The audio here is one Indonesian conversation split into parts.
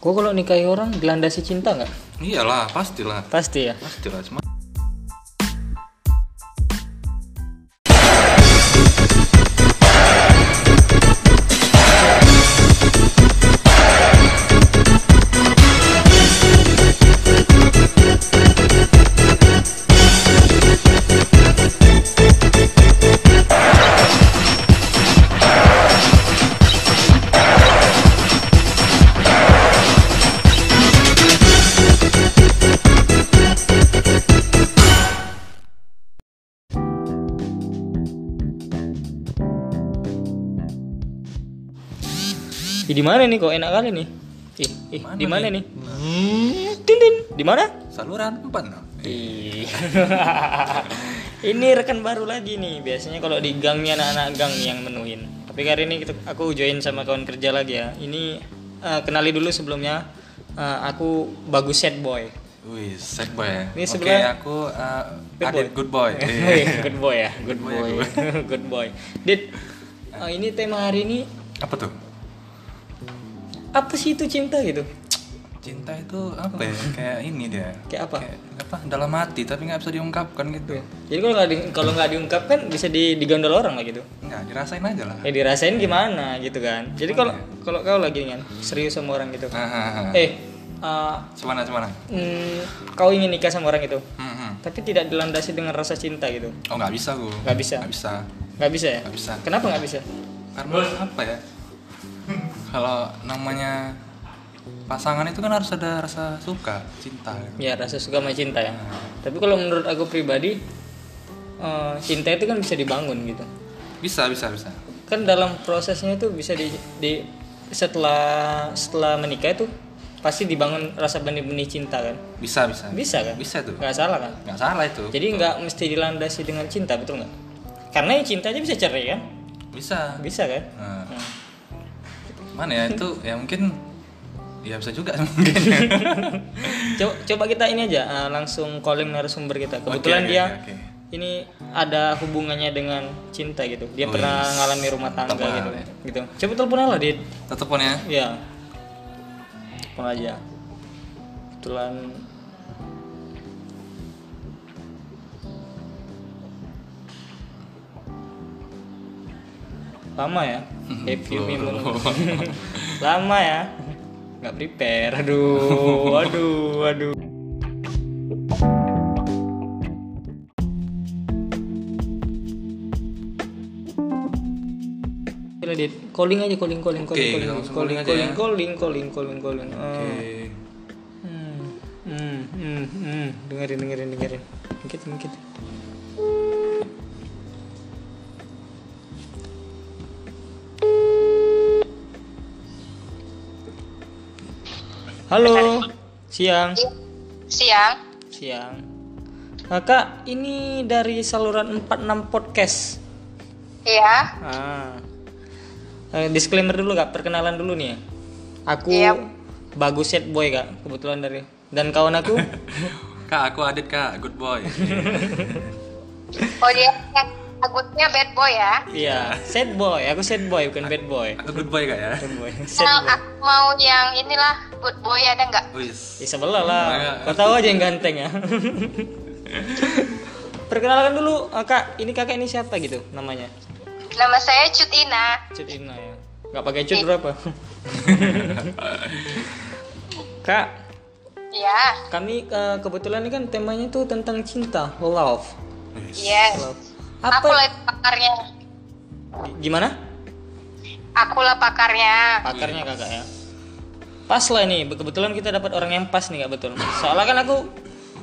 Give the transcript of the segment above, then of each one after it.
Gue kalau nikahi orang dilandasi cinta nggak? Iyalah, pastilah. Pasti ya. Pastilah cuma Ih, di mana nih kok enak kali nih? Ih, ih Mana di mana nih? nih? Hmm. Tin tin, di mana? saluran empat. no? Ih. ini rekan baru lagi nih. Biasanya kalau di gangnya anak-anak gang nih yang menuin. Tapi kali ini kita, aku join sama kawan kerja lagi ya. Ini eh, kenali dulu sebelumnya. Eh, aku bagus set boy. Wih, sad boy ya. Ini Oke, sebelah- aku uh, Good Adit boy. good boy. Wih, Eh, good boy ya, good Good boy, boy, good boy. Dit, eh, ini tema hari ini apa tuh? apa sih itu cinta gitu? Cinta itu apa ya? Kayak ini dia. Kayak apa? Iya. Kayak apa? Dalam hati tapi nggak bisa diungkapkan gitu. Jadi kalau nggak di- kalau nggak diungkapkan bisa di, digondol orang lah gitu. Enggak, dirasain aja lah. Ya dirasain gimana gitu kan. Jadi kalau kalau kau lagi kan serius sama orang gitu. Ah, ah, ah. Eh, eh, Gimana gimana? mm, kau ingin nikah sama orang itu, Hmm, hmm. tapi tidak dilandasi dengan rasa cinta gitu. Oh nggak bisa gue. Nggak bisa. Nggak bisa. Nggak bisa ya? Nggak bisa. Kenapa nggak bisa? Karena apa ya? Kalau namanya pasangan itu kan harus ada rasa suka, cinta. Ya rasa suka sama cinta ya. Tapi kalau menurut aku pribadi, eh, cinta itu kan bisa dibangun gitu. Bisa, bisa, bisa. kan dalam prosesnya itu bisa di, di- setelah setelah menikah itu pasti dibangun rasa benih-benih cinta kan Bisa, bisa. bisa kan Bisa tuh. nggak salah kan Nggak salah itu. jadi nggak mesti dilandasi dengan cinta betul nggak karena ya cinta aja bisa cerai kan Bisa. bisa kan Nah, Nah, mana ya itu? Ya mungkin ya bisa juga mungkin. coba coba kita ini aja eh, langsung calling narasumber kita kebetulan Oke, oke, dia oke, oke. ini ada hubungannya dengan cinta gitu dia Wih, pernah ngalami rumah tangga mantap gitu banget gitu coba teleponan lah dit Tetep pun ya. Ya. Telepon aja. Kebetulan lama ya. Happy Mimun. lama ya. Nggak prepare. Aduh, aduh, aduh. Gila, Dit. Calling aja, calling, calling, Oke, calling, calling, langsung calling, calling aja calling, ya. calling, calling, calling, calling. Oke. Eh. Hmm, hmm, hmm, hmm. dengerin dengerin dengerin dikit dikit halo siang Siang. siang kakak ini dari saluran 46 podcast Iya. Ah. Eh, disclaimer dulu kak, perkenalan dulu nih ya. Aku Iya. bagus set boy kak, kebetulan dari dan kawan aku. Kak, aku Adit kak, good boy. Oh dia takutnya bad boy ya. Iya, set boy. Aku set boy bukan bad boy. Aku good boy kak ya. Bad boy. Set Kalau boy. aku mau yang inilah good boy ada nggak? Wis. Di sebelah lah. Kau tahu aja yang ganteng ya. Perkenalkan dulu eh, kak, ini kakak ini siapa gitu namanya? Nama saya Cutina. Cut Ina ya. Gak pakai cut berapa? kak, Iya. kami eh, kebetulan ini kan temanya tuh tentang cinta, love. Yes. Love. Aku lah pakarnya. Gimana? Aku lah pakarnya. Pakarnya kakak ya. Pas lah ini, kebetulan kita dapat orang yang pas nih kak betul. Soalnya kan aku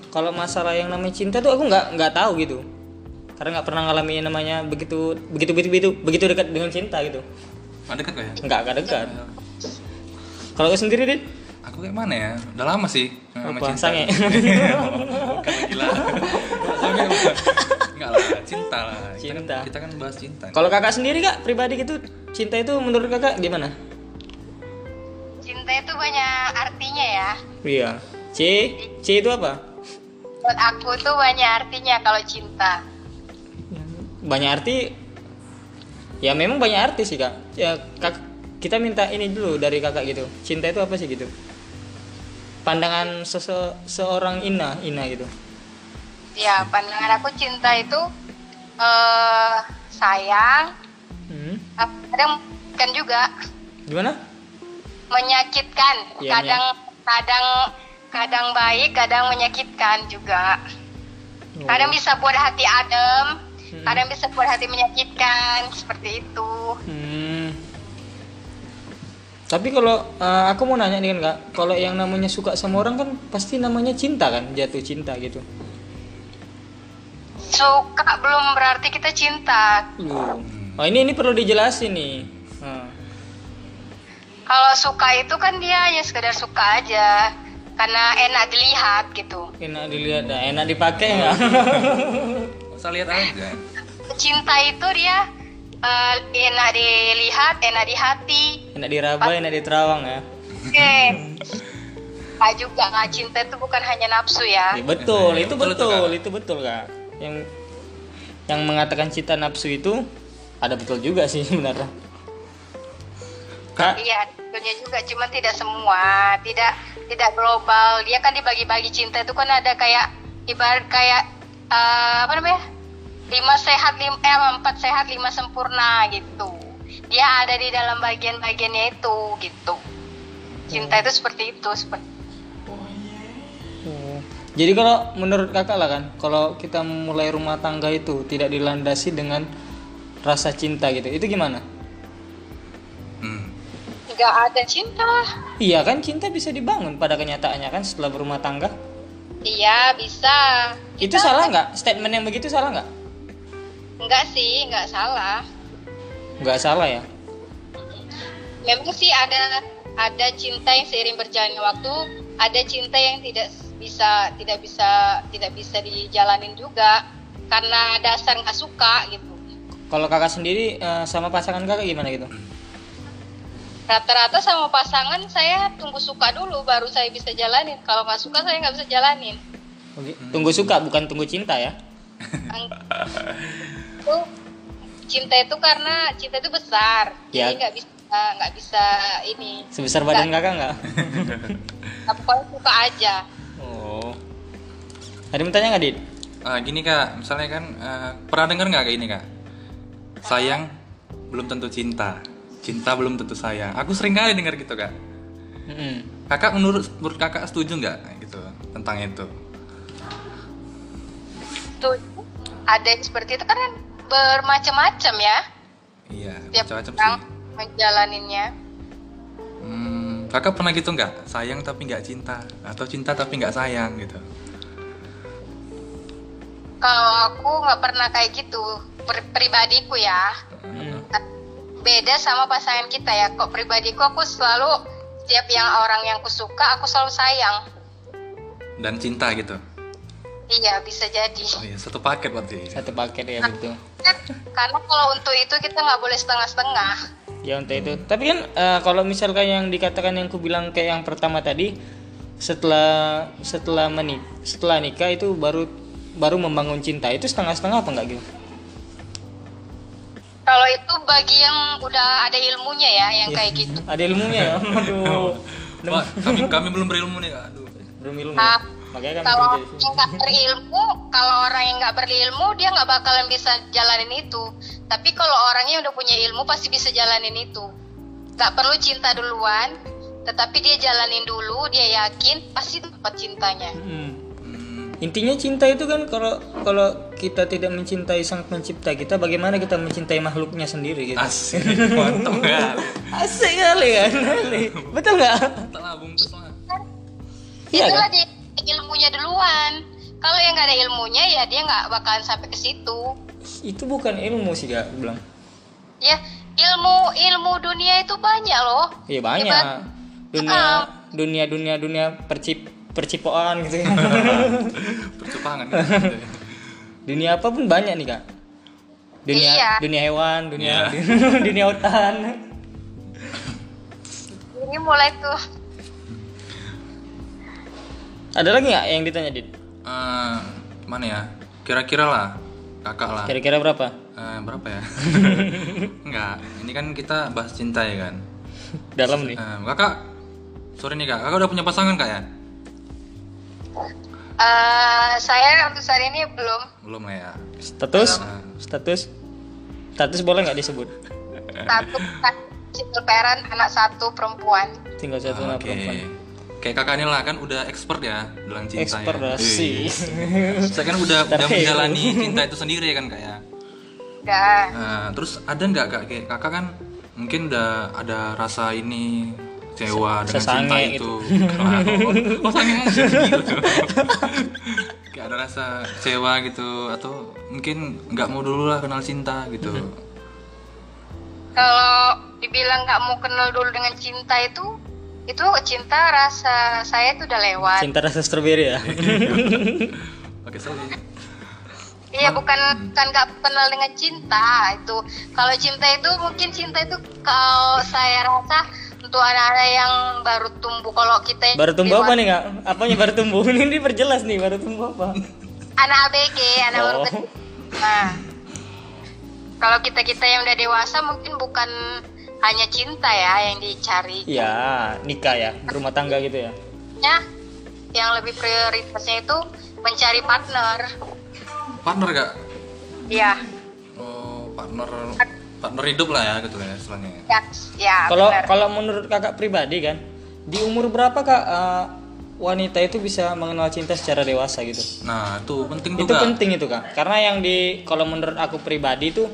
kalau masalah yang namanya cinta tuh aku nggak nggak tahu gitu. Karena nggak pernah ngalami yang namanya begitu begitu begitu begitu begitu dekat dengan cinta gitu. Ada dekat kak ya? Nggak nggak dekat. Kalau kau sendiri dit, Aku kayak mana ya? Udah lama sih. Nah, sama apa cinta. sange? Bukan gila. Sange, bukan. Enggak lah, cinta lah. Kita Cinta. Kan, kita kan bahas cinta. kalau kakak sendiri kak pribadi gitu cinta itu menurut kakak gimana? Cinta itu banyak artinya ya. Iya. C C itu apa? Buat aku tuh banyak artinya kalau cinta. banyak arti ya memang banyak arti sih kak ya kak kita minta ini dulu dari kakak gitu cinta itu apa sih gitu pandangan sese- seorang Ina Ina gitu Ya, pandangan aku cinta itu eh sayang, Hmm. ap- kadang kan juga gimana menyakitkan. Iya, kadang kadang kadang baik, kadang menyakitkan juga. Oh. Hmm. Kadang bisa buat hati adem, Mm-mm. kadang bisa buat hati menyakitkan, seperti itu. Hmm. Tapi kalau eh, aku mau nanya nih kan kak, kalau yang namanya suka sama orang kan pasti namanya cinta kan, jatuh cinta gitu. Suka belum berarti kita cinta. Loh. Oh ini ini perlu dijelasin nih. Nah. Kalau suka itu kan dia hanya sekedar suka aja, karena enak dilihat gitu. Enak dilihat, dah. enak dipakai ya. nggak? Usah lihat aja. cinta itu dia eh, enak dilihat, enak di hati. enak diraba, enak diterawang ya. Oke. Pak juga nggak cinta itu bukan hanya nafsu ya. Ya, betul, Iya, itu betul itu, betul, Kak. itu betul kak. Yang yang mengatakan cinta nafsu itu ada betul juga sih sebenarnya. Kak, Iya, dunia juga cuman tidak semua, tidak tidak global. Dia kan dibagi-bagi cinta itu kan ada kayak ibarat kayak eh, apa namanya? lima sehat lima eh empat sehat lima sempurna gitu. Dia ada di dalam bagian-bagiannya itu gitu. Hmm. Cinta itu seperti itu seperti Oh. Jadi kalau menurut kakak lah kan, kalau kita mulai rumah tangga itu tidak dilandasi dengan rasa cinta gitu, itu gimana? Hmm. nggak ada cinta lah. Iya kan cinta bisa dibangun pada kenyataannya kan setelah berumah tangga. Iya bisa. Iya. Itu salah nggak? Statement yang begitu salah nggak? Enggak sih, enggak salah. Nggak salah ya. Memang Ya, sih ada ada cinta yang seiring berjalannya waktu, ada cinta yang tidak bisa tidak bisa tidak bisa dijalanin juga karena dasar nggak suka gitu. Kalau kakak sendiri eh, sama pasangan kakak gimana gitu? Rata-rata sama pasangan saya tunggu suka dulu baru saya bisa jalanin. Kalau nggak suka saya nggak bisa jalanin. Oke. Tunggu suka bukan tunggu cinta ya? Ang- Itu cinta itu karena cinta itu besar, Ya. jadi nggak bisa nggak bisa ini. Sebesar badan kakak nggak? Nah, Pokoknya suka aja. Oh. Ada yang tanya nggak Dit? Ah, gini kak, misalnya kan eh, pernah dengar nggak kayak ini kak? Sayang belum tentu cinta, cinta belum tentu sayang. Aku sering kali dengar gitu kak. Mm-mm. Kakak menurut menurut kakak setuju nggak gitu tentang itu? tuh ada yang seperti itu karena bermacam-macam ya Iya, tiap macam-macam orang sih. menjalaninnya Hmm, kakak pernah gitu nggak? Sayang tapi nggak cinta, atau cinta tapi nggak sayang gitu? kalau aku nggak pernah kayak gitu per- pribadiku ya Mm. beda sama pasangan kita ya kok pribadiku aku selalu setiap yang orang yang kusuka aku selalu sayang Dan cinta gitu. iya bisa jadi Oh iya, satu paket berarti. Satu paket ya betul. karena kalau untuk itu kita nggak boleh setengah-setengah Ya untuk itu. Tapi kan eh, kalau misalkan yang dikatakan yang ku bilang kayak yang pertama tadi setelah setelah menik setelah nikah itu baru baru membangun cinta itu setengah-setengah apa enggak gitu? kalau itu bagi yang udah ada ilmunya ya yang kayak gitu Ada ilmunya ya. Aduh. Wah, kami, kami belum berilmu nih kak. Aduh. Belum ilmu. Ah, Makanya kan kalau kerja di sini. orang yang nggak berilmu kalau orang yang nggak berilmu dia nggak bakalan bisa jalanin itu tapi kalau orangnya udah punya ilmu pasti bisa jalanin itu nggak perlu cinta duluan tetapi dia jalanin dulu dia yakin pasti dapat cintanya Mm. Hmm, Intinya cinta itu kan kalau kalau kita tidak mencintai sang pencipta kita bagaimana kita mencintai makhluknya sendiri gitu. asik, mantap kali. Asik kali kan. Betul nggak? Tak lah, bungkus lah. Iya itulah kan? dia ilmunya duluan kalau yang nggak ada ilmunya ya dia nggak bakalan sampai ke situ Itu bukan ilmu sih Kak, aku bilang. ya ilmu ilmu dunia itu banyak loh Iya banyak. Hebat. Dunia dunia dunia dunia percip percipoan gitu. kan. Percepangan. dunia apa pun banyak nih kak. Dunia Iya. dunia hewan, dunia Iya. dunia hutan. ini mulai tuh Ada lagi nggak yang ditanya dit? Eh, mana ya? Kira-kira lah, kakak lah. Kira-kira berapa? Eh, berapa ya? Enggak, ini kan kita bahas cinta ya kan. Dalam nih. Eh, kakak, sorry nih kak, kakak udah punya pasangan kak ya? Eh, saya untuk saat ini belum. Belum lah ya. Status? Status? Status boleh nggak disebut? Satu kan, single parent, anak satu perempuan. Tinggal satu Ah, anak Oke. perempuan. Kayak kakaknya lah kan udah expert ya dalam cinta Expert lah ya. sih. Iya. Saya kan udah udah Terheo. menjalani cinta itu sendiri kan kak ya. Udah. Eh, terus ada nggak kak kayak kakak kan mungkin udah ada rasa ini kecewa dengan sesange cinta itu. gitu. Nah, oh, oh, sange maksudnya gitu. kayak ada rasa kecewa gitu atau mungkin nggak mau dulu lah kenal cinta gitu. Mhm. Kalau dibilang nggak mau kenal dulu dengan cinta itu, itu cinta rasa saya itu udah lewat. Cinta rasa strawberry ya. Oke, sorry. Iya bukan bukan nggak kenal dengan cinta itu. Kalau cinta itu mungkin cinta itu kalau saya rasa untuk anak-anak yang baru tumbuh kalau kita Baru tumbuh apa dewasa- nih kak? Apanya baru tumbuh? Ini diperjelas nih baru tumbuh apa? anak ABG anak Oh. baru kecil. Nah kalau kita kita yang udah dewasa mungkin bukan hanya cinta ya yang dicari. Ya nikah ya, berumah tangga gitu ya. Ya, yang lebih prioritasnya itu mencari partner. Partner kak? Iya. Oh, partner partner hidup lah ya gitu lah ya istilahnya. Ya, ya Kalau benar. kalau menurut kakak pribadi kan, di umur berapa kak eh, wanita itu bisa mengenal cinta secara dewasa gitu? Nah, itu penting itu juga. penting itu kak karena yang di kalau menurut aku pribadi tuh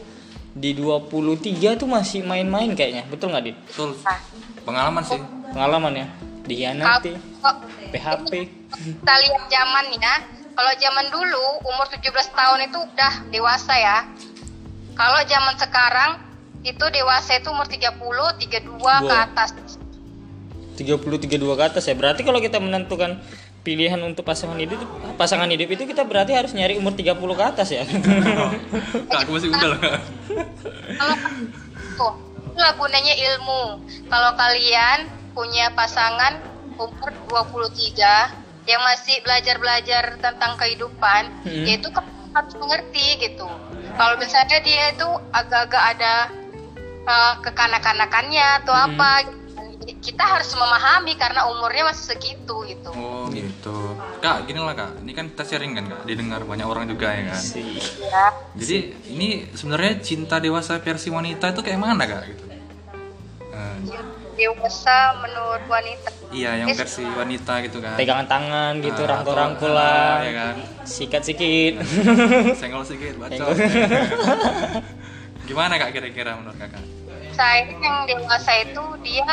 di 23 tuh masih main-main kayaknya betul nggak di Betul. Nah, Pengalaman sih. pengalaman ya dihianati Kalau- PHP kita lihat zamannya kalau zaman dulu umur 17 tahun itu udah dewasa ya kalau zaman sekarang itu dewasa itu umur 30 32 ke Wow. atas 30 32 ke atas ya berarti kalau kita menentukan pilihan untuk pasangan hidup pasangan hidup itu kita berarti harus nyari umur 30 ke atas ya Kak, aku masih udah lah. Kak. kalau tuh itulah gunanya ilmu kalau kalian punya pasangan umur 23 yang masih belajar-belajar tentang kehidupan Hmm. yaitu kalian harus mengerti gitu kalau misalnya dia itu agak-agak ada uh, kekanak-kanakannya atau apa kita harus memahami karena umurnya masih segitu gitu Oh, gitu. Kak, gini lah Kak. Ini kan kita sharing kan Kak, didengar banyak orang juga ya kan. sih ya Jadi, ini sebenarnya cinta dewasa versi wanita itu kayak mana Kak gitu? Eh, dewasa menurut wanita iya, yang versi wanita gitu kan. pegangan tangan gitu Ah, atau- rangkul-rangkul ah, ya lah kan. Hmm. sikat sikit Senggol sedikit, bacot. Senggol. Gimana Kak kira-kira menurut Kakak? saya yang dewasa itu dia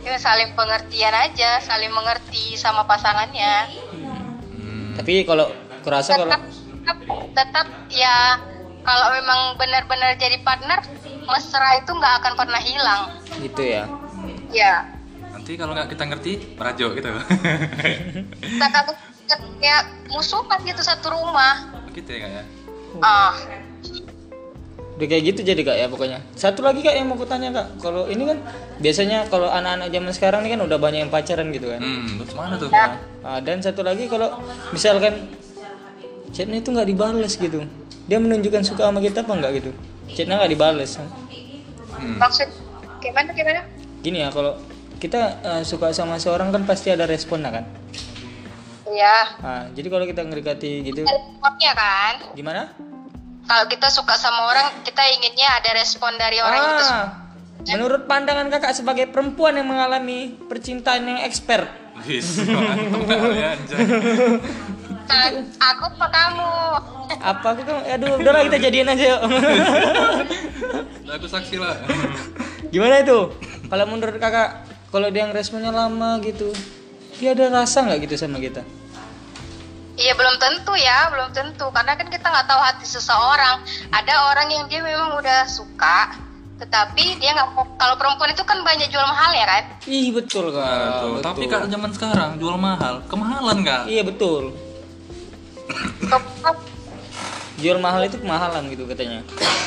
ya saling pengertian aja saling mengerti sama pasangannya Hmm, tapi kalau kurasa kalau tetap tetap, tetap ya kalau memang benar-benar jadi partner mesra itu nggak akan pernah hilang gitu ya ya nanti kalau nggak kita ngerti, merajuk gitu. kita kagak kayak musuhan gitu satu rumah gitu ya Kak ya. ah Udah kayak gitu jadi kak ya pokoknya Satu lagi kak yang mau kutanya kak Kalau ini kan biasanya kalau anak-anak zaman sekarang ini kan udah banyak yang pacaran gitu kan Hmm, terus mana tuh? Ah, Dan satu lagi kalau misalkan chatnya itu nggak dibales gitu Dia menunjukkan suka sama kita apa nggak gitu Chatnya nggak dibales Hmm. maksud gimana gimana Gini ya kalau kita eh, suka sama seorang kan pasti ada respon lah kan ya Ah, Jadi kalau kita ngerikati gitu Ada responnya kan Gimana? kalau kita suka sama orang kita inginnya ada respon dari orang yang kita suka. Ah, menurut pandangan kakak sebagai perempuan yang mengalami percintaan yang expert Wis, mantap kali ya, anjay. Nah, aku apa kamu apa aku kan aduh udahlah kita jadian aja yuk Udah aku saksi lah. Gimana itu? Kalau menurut kakak, kalau dia yang responnya lama gitu, dia ada rasa nggak gitu sama kita? Iya belum tentu ya, belum tentu karena kan kita nggak tahu hati seseorang. Ada orang yang dia memang udah suka, tetapi dia nggak mau- kalau perempuan itu kan banyak jual mahal ya kan? Ih Ah, betul kak. Tuh, betul. Tapi kalau zaman sekarang jual mahal, kemahalan nggak? Iya betul. Tetap, Jual mahal itu kemahalan gitu katanya.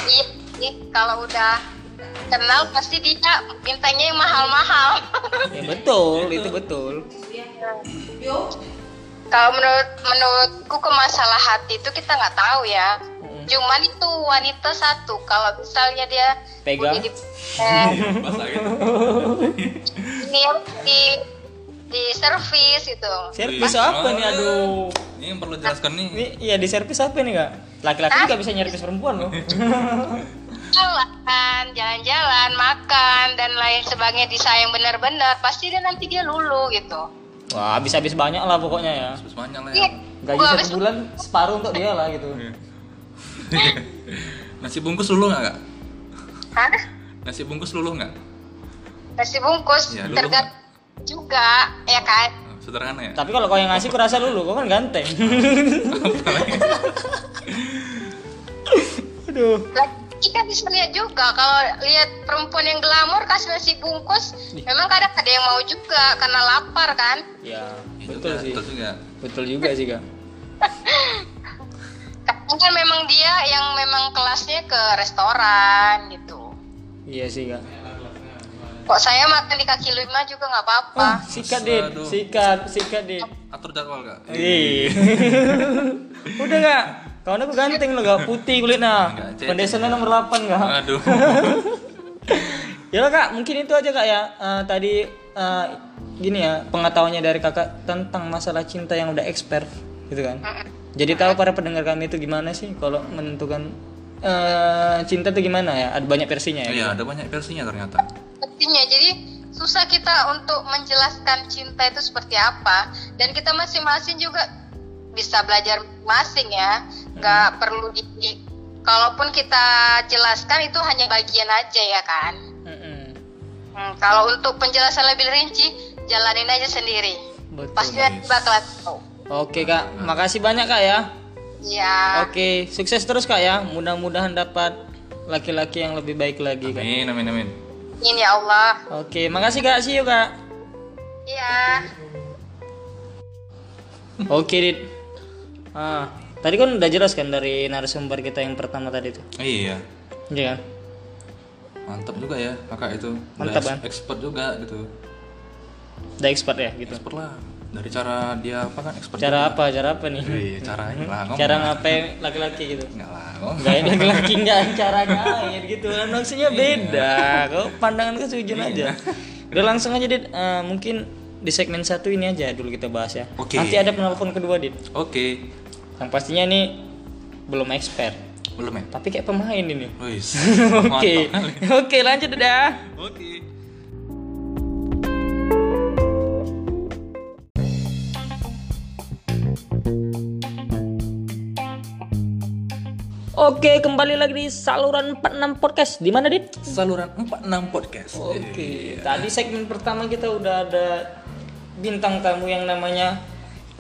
Iya, iya, kalau udah kenal pasti dia mintanya yang mahal-mahal. Ya betul, itu betul. kalau menurut menurutku ke masalah hati itu kita nggak tahu ya. Cuman itu wanita satu kalau misalnya dia Pegang. udah di- eh, Masa gitu. ini yang ya, di di servis gitu Servis Wih, apa nih ah. aduh. Ini yang perlu jelaskan nih. Ini iya di servis apa nih kak? Laki-laki juga bisa nyervis perempuan loh. jalan jalan-jalan makan dan lain sebagainya disayang benar-benar pasti dia nanti dia lulu gitu Wah habis-habis banyak lah pokoknya ya. Terus banyak lah ya. Iya, Gaji gua habis- satu bulan separuh untuk dia lah gitu. Nasi bungkus luluh nggak kak? Hah? Nasi bungkus luluh nggak? kan? nasi bungkus Ya, lulu, tergantung juga ya kan Sederhana ya. Tapi kalau kau yang ngasih kurasa dulu, kau kan ganteng. Aduh. Lah, kita kan bisa lihat juga kalau lihat perempuan yang glamor kasih nasi bungkus memang kadang ada yang mau juga karena lapar kan Ya, Iya betul juga, sih. Betul juga. Betul juga sih, Kak. kadang kan memang dia yang memang kelasnya ke restoran gitu Iya sih, Kak. kok saya makan di kaki lima juga nggak apa-apa Ah, sikat, Dit. Aduh. Sikat, sikat, Dit. Atur jadwal kak. Ih. Udah, Kak. Kawan aku ganteng loh, Kak. Putih kulitnya. Enggak, cek. Pendesannya nomor 8, Kak. Aduh. ya lah, kak mungkin itu aja kak ya Eh, tadi eh, gini ya pengetahuannya dari kakak tentang masalah cinta yang udah expert gitu kan jadi tahu para pendengar kami itu gimana sih kalau menentukan eh, cinta itu gimana ya ada banyak versinya ya Iya ada banyak versinya ternyata. Sepertinya jadi susah kita untuk menjelaskan cinta itu seperti apa dan kita masing-masing juga bisa belajar masing ya nggak Hmm. perlu di di- kalaupun kita jelaskan itu hanya bagian aja ya kan Mm-mm. Hmm, kalau untuk penjelasan lebih rinci jalanin aja sendiri Betul. pasti nanti bakalan tahu oke kak makasih banyak kak ya Ah. ya oke sukses terus kak ya mudah-mudahan dapat laki-laki yang lebih baik lagi kak Amin amin amin. ini ya Allah oke makasih kak see you kak ya Oke, Dit. Ah, tadi kan udah jelas kan dari narasumber kita yang pertama tadi tuh. Iya. Iya kan? Mantap juga ya kakak itu. Udah Mantap, ex- kan? Expert juga gitu. Udah expert ya gitu. Expert lah. Dari cara dia apa kan expert. Cara apa? Cara apa nih? Iya caranya lah. ngomong. Cara ngapain laki-laki gitu. Enggak lah. ngomong. Gak laki-laki nggak cara ngapain gitu. Kan maksudnya beda. Kau pandangan ke sujun Iya. aja. Udah langsung aja, Dit. Eh, mungkin di segmen satu ini aja dulu kita bahas ya. Oke. Nanti ada penelpon kedua, Dit. Oke. Yang pastinya ini belum expert, Belum ya. tapi kayak pemain ini. Wis. Oke. Mantap kali. Oke, lanjut ya. dah. Oke. Oke, kembali lagi di saluran 46 podcast. Di mana, Dit? Saluran 46 podcast. Iya. Oke. Tadi segmen pertama kita udah ada bintang tamu yang namanya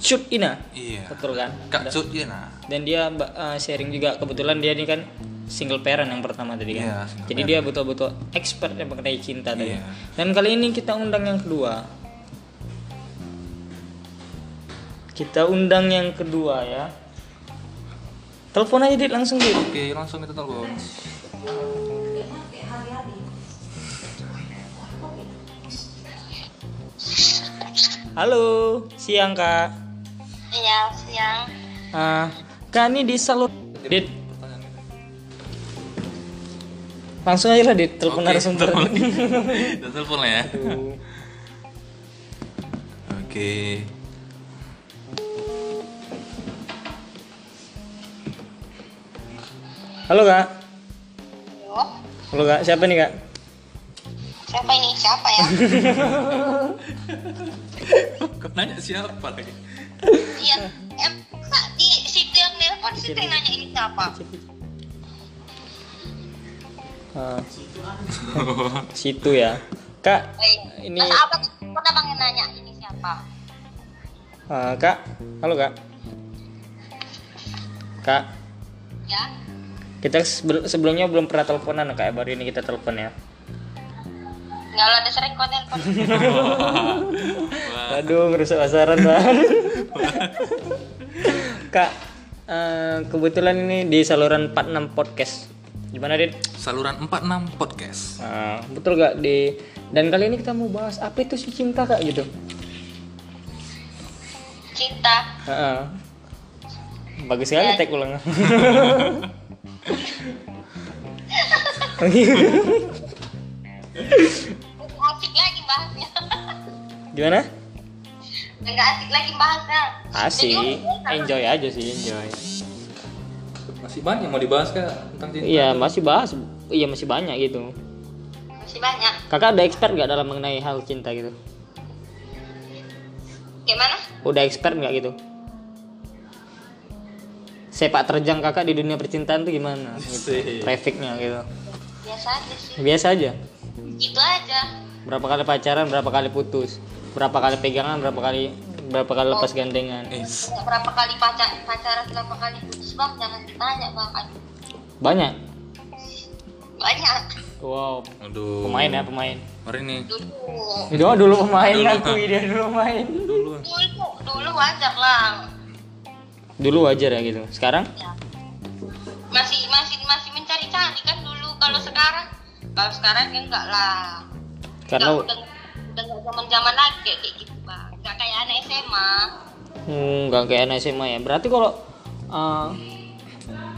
Cut Ina. Iya. Betul kan? Kak Cut ya nah. Dan dia mbak, eh, sharing juga kebetulan dia ini kan single parent yang pertama tadi kan. Iya, single Jadi dia betul-betul expert yang mengenai cinta tadi. Iya. Dan kali ini kita undang yang kedua. Kita undang yang kedua ya. Telepon aja Dit langsung Dit. Oke, langsung kita telepon. Halo, siang kak. iya siang Ah, kak ini di salur. Dit, langsung aja lah Dit, telepon narasumber. telepon lagi. Kita telepon lah ya. Oke. Halo kak. Halo Halo kak, siapa nih kak? siapa ini siapa ya Kok nanya siapa lagi? iya em Kak, di situ yang nelpon situ yang nanya ini siapa Ah, situ ya. Kak, Ini Ini- Mas Eh, apa pernah pengen nanya ini siapa? ah, kak, halo kak. Kak, Ya. kita sebel- sebelumnya belum pernah teleponan kak, baru ini kita telepon ya. Enggak ada sering konten konten. Aduh, ngerusak pasaran banget. Kak, eh, kebetulan ini di saluran 46 podcast. Gimana, Dit? Saluran 46 podcast. Nah, betul gak di dan kali ini kita mau bahas apa itu sih cinta kak gitu. Cinta. Heeh. Bagus sekali tag ulang. Asik lagi bahasnya. Gimana? Enggak asik lagi bahasnya. Asik, enjoy aja sih, enjoy. Masih banyak yang mau dibahas kak tentang cinta. Iya, masih bahas, iya masih banyak gitu. Masih banyak. Kakak udah expert nggak dalam mengenai hal cinta gitu? Gimana? Udah expert nggak gitu? Sepak terjang kakak di dunia percintaan tuh gimana? Sih. Trafficnya gitu. Biasa aja sih. Biasa aja. Gitu aja. Berapa kali pacaran, berapa kali putus, berapa kali pegangan, berapa kali berapa kali lepas gandengan. Eh, s- Berapa kali pacar pacaran berapa kali putus bang? Jangan ditanya bang. Aduh, Banyak. Banyak. Wow, Aduh. pemain ya pemain. Mari nih. Dulu. Dulu dulu pemain Dulu. aku dia dulu main. Dulu. Dulu dulu wajar lah. Dulu wajar ya gitu. Sekarang masih masih masih mencari-cari kan dulu kalau Iya. sekarang kalau sekarang ya enggak lah karena udah udah enggak zaman zaman lagi kayak kayak gitu bang enggak kayak anak SMA Hmm, nggak kayak anak SMA ya. Berarti kalau uh,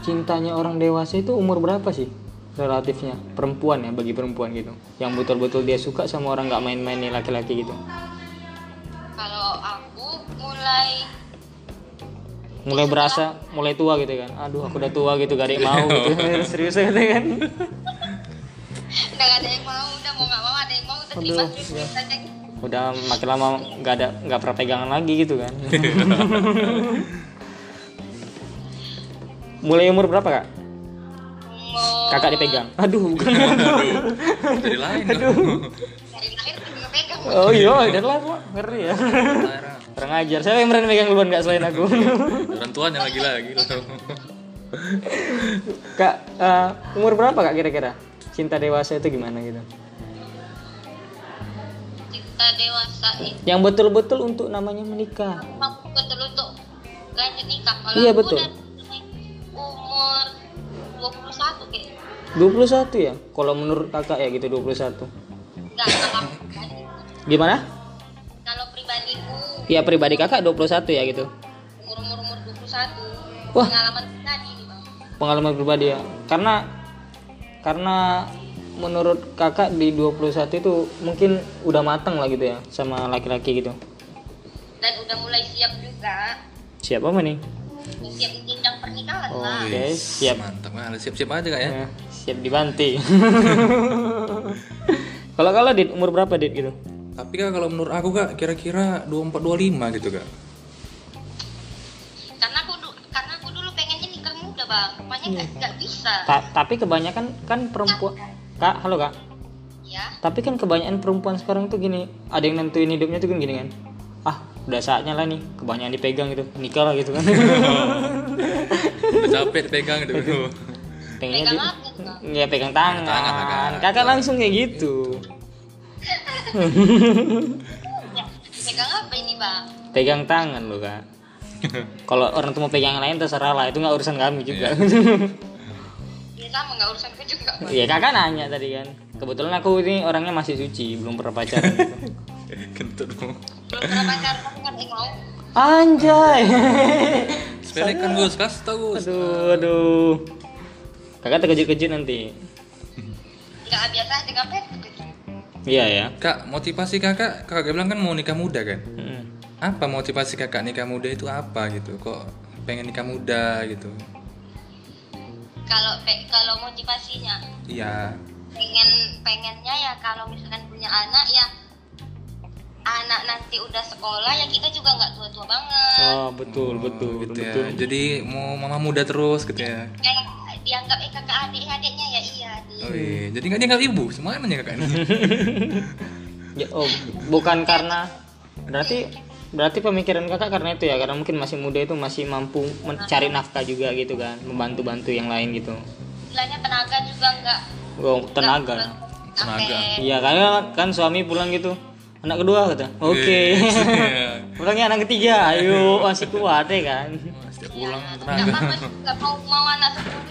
cintanya orang dewasa itu umur berapa sih relatifnya? Perempuan ya bagi perempuan gitu. Yang betul-betul dia suka sama orang nggak main-main nih laki-laki gitu. kalau aku mulai Mulai berasa, mulai tua gitu kan. Aduh, aku udah tua gitu, gak ada yang mau gitu. Serius gitu kan. udah gak ada yang mau udah mau nggak mau ada yang mau udah terima Aduh, iya. terus terus aja gitu. Udah makin lama nggak ada nggak pernah pegangan lagi gitu kan. mulai umur berapa kak? mau Kakak dipegang. Aduh, bukan. Jadi lain dong. dari lahir juga pegang Oh iya, dan lah Pak. ngeri ya. Kurang ajar. Siapa yang berani megang duluan kak selain aku? Orang tuanya lagi lagi loh. kak, eh, umur berapa kak kira-kira? Cinta dewasa itu gimana gitu? cinta dewasa itu Yang betul-betul untuk namanya menikah. memang betul untuk ganti nikah kalau Iya, aku betul. udah umur 21 kayak 21 ya? Kalau menurut kakak ya gitu 21. enggak kalau aku ganti Gimana? kalau pribadiku Ya pribadi kakak 21 ya gitu. umur umur umur 21 Wah. pengalaman pribadi nih bang Pengalaman pribadi ya. Karena karena menurut kakak di 21 itu mungkin udah matang lah gitu ya sama laki-laki gitu. dan udah mulai siap juga Siapa apa nih? siap jenjang pernikahan Oh, lah Oke, Wih, siap. Mantap banget. Siap-siap aja kak ya. Ya, siap dibanting. kalau kalau dit umur berapa dit gitu? Tapi kak kalau menurut aku kak kira-kira 24 25 gitu kak. karena aku du- karena aku dulu pengennya nikah muda bang rupanya Iya. nggak nggak bisa Ta- tapi kebanyakan kan perempuan Kak, halo Kak. ya Tapi kan kebanyakan perempuan sekarang tuh gini, ada yang nentuin hidupnya tuh kan gini kan. Ah, udah saatnya lah nih, kebanyakan dipegang gitu, nikah lah gitu kan. Udah capek pegang gitu. Pengennya pegang di apa tuh Bang? ya pegang tangan. tangan lah, Kak. Kakak langsung kayak gitu. pegang Ya, apa ini bang Pegang tangan loh, Kak. Kalau orang tuh mau pegang yang lain terserah lah, itu nggak urusan kami juga. Iya. ya sama nggak urusan aku juga bang Iya kakak nanya tadi kan Kebetulan aku ini orangnya masih suci Belum pernah pacaran gitu. Kentut dong. belum pernah pacaran tapi nggak ada yang mau Anjay kan, Sepelekan Gus, kasih tau Gus. Aduh aduh Kakak terkejut-kejut nanti nggak biasa aja nggak pet Iya ya Kak, motivasi kakak, kakak bilang kan mau nikah muda kan? Mm. Apa motivasi kakak nikah muda itu apa gitu? Kok pengen nikah muda gitu? kalau pe- kalau motivasinya Iya. pengen pengennya ya kalau misalkan punya anak ya anak nanti udah sekolah ya kita juga nggak tua-tua banget Oh betul betul gitu betul ya. Jadi mau mama muda terus gitu ya. kayak dianggap eh kakak adik adiknya ya iya Hmm. adik Oh iya, jadi nggak dianggap ibu, semuanya nanya kakak ini. Ya, oh, Bukan karena Berarti Berarti pemikiran kakak karena itu ya Karena mungkin masih muda itu masih mampu Mencari nafkah juga gitu kan Membantu-bantu yang lain gitu istilahnya tenaga juga nggak Oh, Tenaga ya. Tenaga. Oke. Iya karena kan suami pulang gitu anak kedua kata oke Iya. pulangnya anak ketiga ayo masih kuat ya kan Wah, Setiap pulang Iya. nggak tenaga. apa-apa juga mau mau anak sepuluh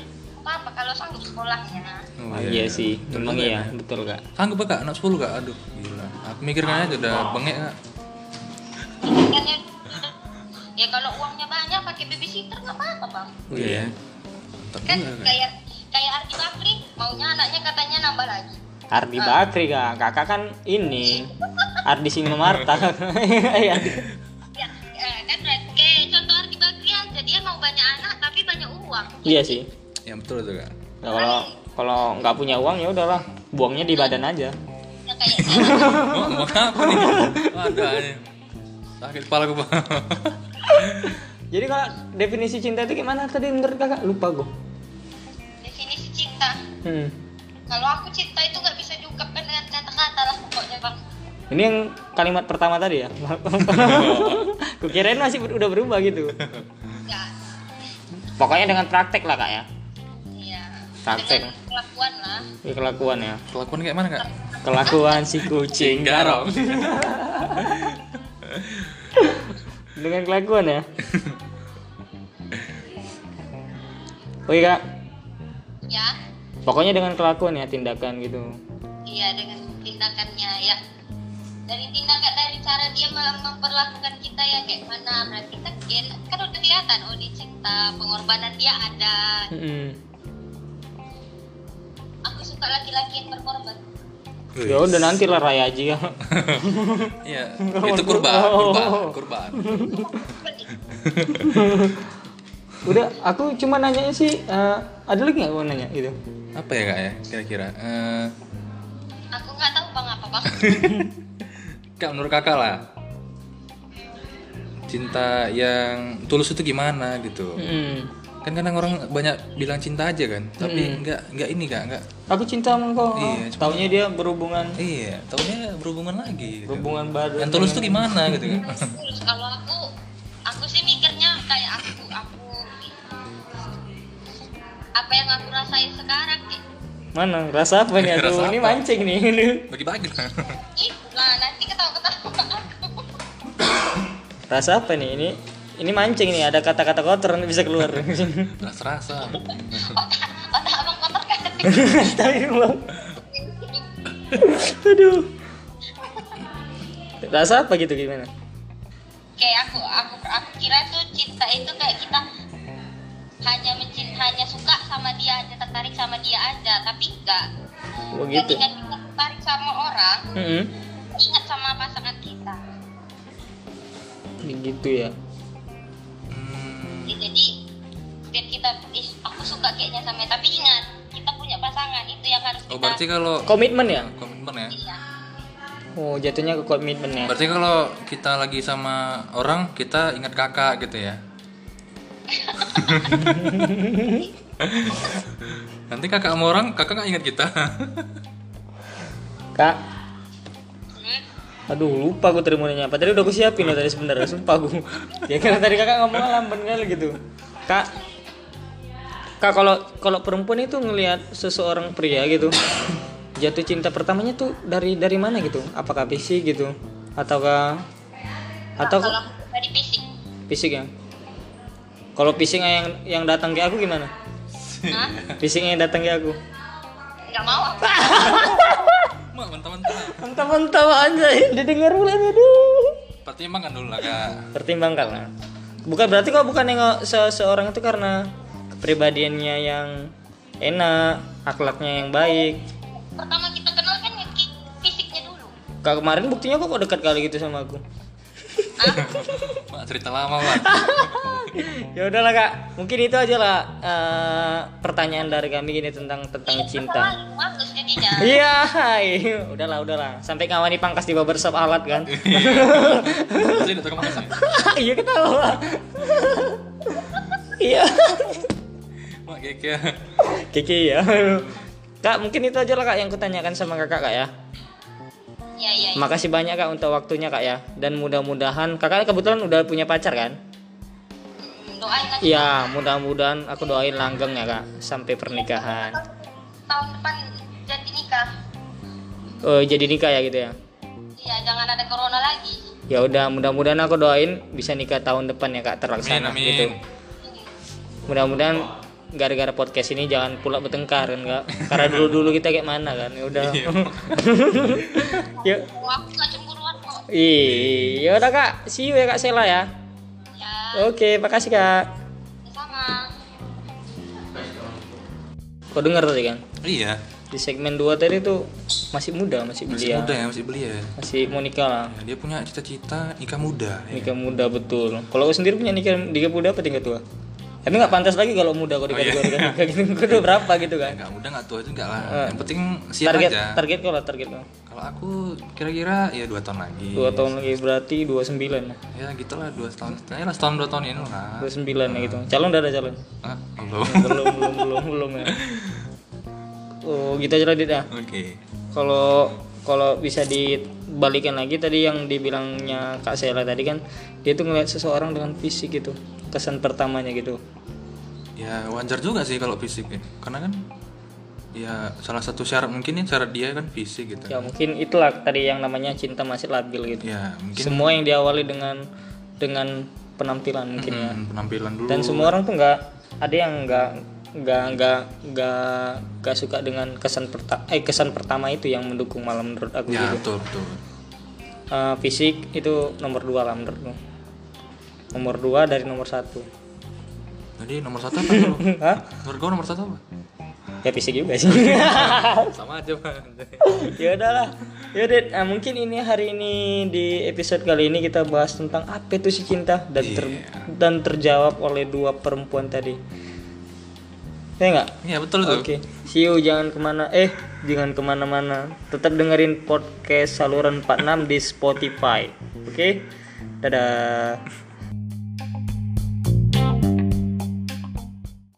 apa apa kalau sanggup sekolahnya Oh, Ah, iya sih memang iya betul kak Sanggup kak, anak 10 kak? Aduh, gila. Aku mikirnya aja udah bengek kak. Ikannya udah- Kan ya kalau uangnya banyak pakai babysitter nggak apa-apa bang Oh iya. Mantap kan juga, Kak. kayak kayak Ardi Bakri maunya anaknya katanya nambah lagi Ardi Bakri kak kakak kan ini Ardi Singa Marta Eh, Ardi. Ya, uang Iya sih. ya betul tuh kak Nah, kalau kalau nggak punya uang ya udahlah, buangnya di badan aja. Ya, kayak mau mau apa nih ada ini. sakit kepala gue Pak. Jadi kalau definisi cinta itu gimana tadi menurut kakak? Lupa gue. definisi cinta Hmm. kalau aku cinta itu nggak bisa diungkapkan dengan kata-kata lah pokoknya bang Ini yang kalimat pertama tadi ya. Kukirain masih ber- udah berubah gitu. ya Pokoknya dengan praktek lah kak ya. iya Praktek. Dengan kelakuan lah Ini kelakuan ya. kelakuan kayak mana kak Kelakuan si kucing garong dengan kelakuan ya. Oke kak. ya Pokoknya dengan kelakuan ya tindakan gitu. iya dengan tindakannya ya dari tindakan dari cara dia mem- memperlakukan kita ya kayak mana berarti kan dia kan udah kelihatan oh dia cinta pengorbanan dia ada Mm-mm. aku suka laki-laki yang berkorban Ya udah nanti lah raya aja kak. iya itu kurban kurban kurban Udah, aku cuma nanyanya sih, eh, ada lagi nggak mau nanya gitu? apa ya kak ya kira-kira Eh, aku nggak tahu bang apa bang kak menurut kakak lah cinta yang tulus itu gimana gitu Mm. kan kadang orang banyak bilang cinta aja kan tapi nggak nggak ini kak nggak Aku cinta sama kau. Iya, cuma- Taunya dia berhubungan, iya taunya berhubungan lagi gitu. berhubungan baru. yang tulus tuh gimana gitu kan Terus kalau aku aku sih mikirnya kayak aku aku apa yang aku rasain sekarang kayak Mana? Rasa apa nih? Aduh, Rasa ini apa? mancing nih. bagi-bagi lah ih lah nanti ketawa ketawa aku Rasa apa nih? Ini ini mancing nih. Ada kata-kata kotor nanti bisa keluar. rasa-rasa otak otak abang kotor kan Tapi belum. Aduh. Rasa apa gitu gimana? kayak aku aku aku kira tuh cinta itu kayak kita hanya mencin hanya suka sama dia aja tertarik sama dia aja tapi enggak Begitu. ketika kita tertarik sama orang Oh, gitu. Mm-mm. ingat sama pasangan kita Begitu ya. Hmm, Ya, jadi biar kita ih, aku suka kayaknya sama dia. tapi ingat kita punya pasangan itu yang harus kita oh berarti kalau Komitmen ya? komitmen ya iya. Oh, jatuhnya ke komitmen ya. berarti kalau kita lagi sama orang kita ingat kakak gitu ya nanti kakak sama orang kakak nggak ingat kita Kak, Hmm. Aduh lupa gue tadi mau nanya apa Tadi udah gue siapin loh tadi sebenarnya Sumpah gue Ya karena tadi kakak ngomong lamban kali gitu Kak Kak kalau kalau perempuan itu ngelihat seseorang pria gitu Jatuh cinta pertamanya tuh dari dari mana gitu Apakah fisik gitu Ataukah Atau kalau aku dari fisik fisik ya Kalau fisik yang yang datang ke aku gimana Hah? Fisik yang datang ke aku nggak mau aku mak mentah-mentah Mentah-mentah anjay Didengar pula aduh pertimbangkan kan dulu lah kak pertimbangkan lah. bukan berarti kok bukan nengok seseorang itu karena kepribadiannya yang enak akhlaknya yang baik pertama kita kenal kan ya ki- fisiknya dulu kak kemarin buktinya kok kok dekat kali gitu sama aku mak cerita lama mak ya udahlah kak mungkin itu aja lah eh, pertanyaan dari kami gini tentang tentang cinta Malu, halus jadinya iya hai. udahlah udahlah sampai ngawani pangkas di barbershop alat kan masih di tukang makan ya? iya ketawa iya mak ya. keke Kiki ya. Kak, mungkin itu aja lah kak yang kutanyakan sama kakak kak ya. iya iya iya. Makasih banyak kak untuk waktunya kak ya. Dan mudah-mudahan kakak kebetulan udah punya pacar kan? Hmm, doain lagi Iya, mudah-mudahan aku doain langgeng ya kak sampai pernikahan. tahun depan jadi nikah Eh, jadi nikah ya gitu ya. iya jangan ada corona lagi Ya udah, mudah-mudahan aku doain bisa nikah tahun depan ya kak terlaksana Amin, amin. gitu. Mudah-mudahan gara-gara podcast ini jangan pula bertengkar kan kak. Karena dulu-dulu kita kayak mana kan? Ya udah. Iya. Yuk. oh, aku nggak cemburuan kok Iya udah kak, see you ya kak Sela ya. ya Oke, makasih kak. sama Kau dengar tadi kan? iya Di segmen 2 tadi tuh masih muda, masih masih belia, muda ya masih belia ya masih mau nikah lah. dia punya cita-cita nikah muda ya. Nikah muda betul. Kalau kau sendiri punya nikah nikah muda apa tingkat tua? ya Tapi nggak pantas lagi kalau muda Oh, kok iya. dikategorikan kayak gitu. Kau udah berapa gitu kan? Eh, nggak muda nggak tua juga lah Eh. yang penting siap Target aja target kau lah target kau. kalau aku kira-kira ya dua tahun lagi Dua tahun lagi berarti 29 ya. ya gitulah dua tahun ya lah setahun dua tahun ini lah 29 ya gitu. Calon udah ada calon. Ah, belum belum belum belum belum ya. Oh, gitu aja lah Dit ya. oke Kalau kalau bisa dibalikan lagi tadi yang dibilangnya Kak Sela tadi kan dia tuh ngeliat seseorang dengan fisik gitu. Kesan pertamanya gitu. ya wajar juga sih kalau fisik ya. karena kan ya salah satu syarat mungkin ya syarat dia kan fisik gitu Ya mungkin itulah tadi yang namanya cinta masih labil gitu. ya mungkin Semua yang diawali dengan dengan penampilan mungkin ya. hmm, penampilan dulu dan semua orang tuh nggak ada yang nggak nggak nggak nggak nggak suka dengan kesan pertama eh kesan pertama itu yang mendukung malah menurut aku ya gitu. betul betul Eh, fisik itu nomor dua lah menurutku nomor dua dari nomor satu jadi nomor satu apa dulu Hah? menurut gua nomor satu apa ya fisik juga sih sama aja pak ya udahlah Yaudah, eh, mungkin ini hari ini di episode kali ini kita bahas tentang apa itu si cinta dan ter- Iya. dan terjawab oleh dua perempuan tadi ya nggak ya betul tuh Oke, see you jangan kemana eh jangan kemana-mana. Tetap dengerin podcast saluran 46 di Spotify. Oke, dadah.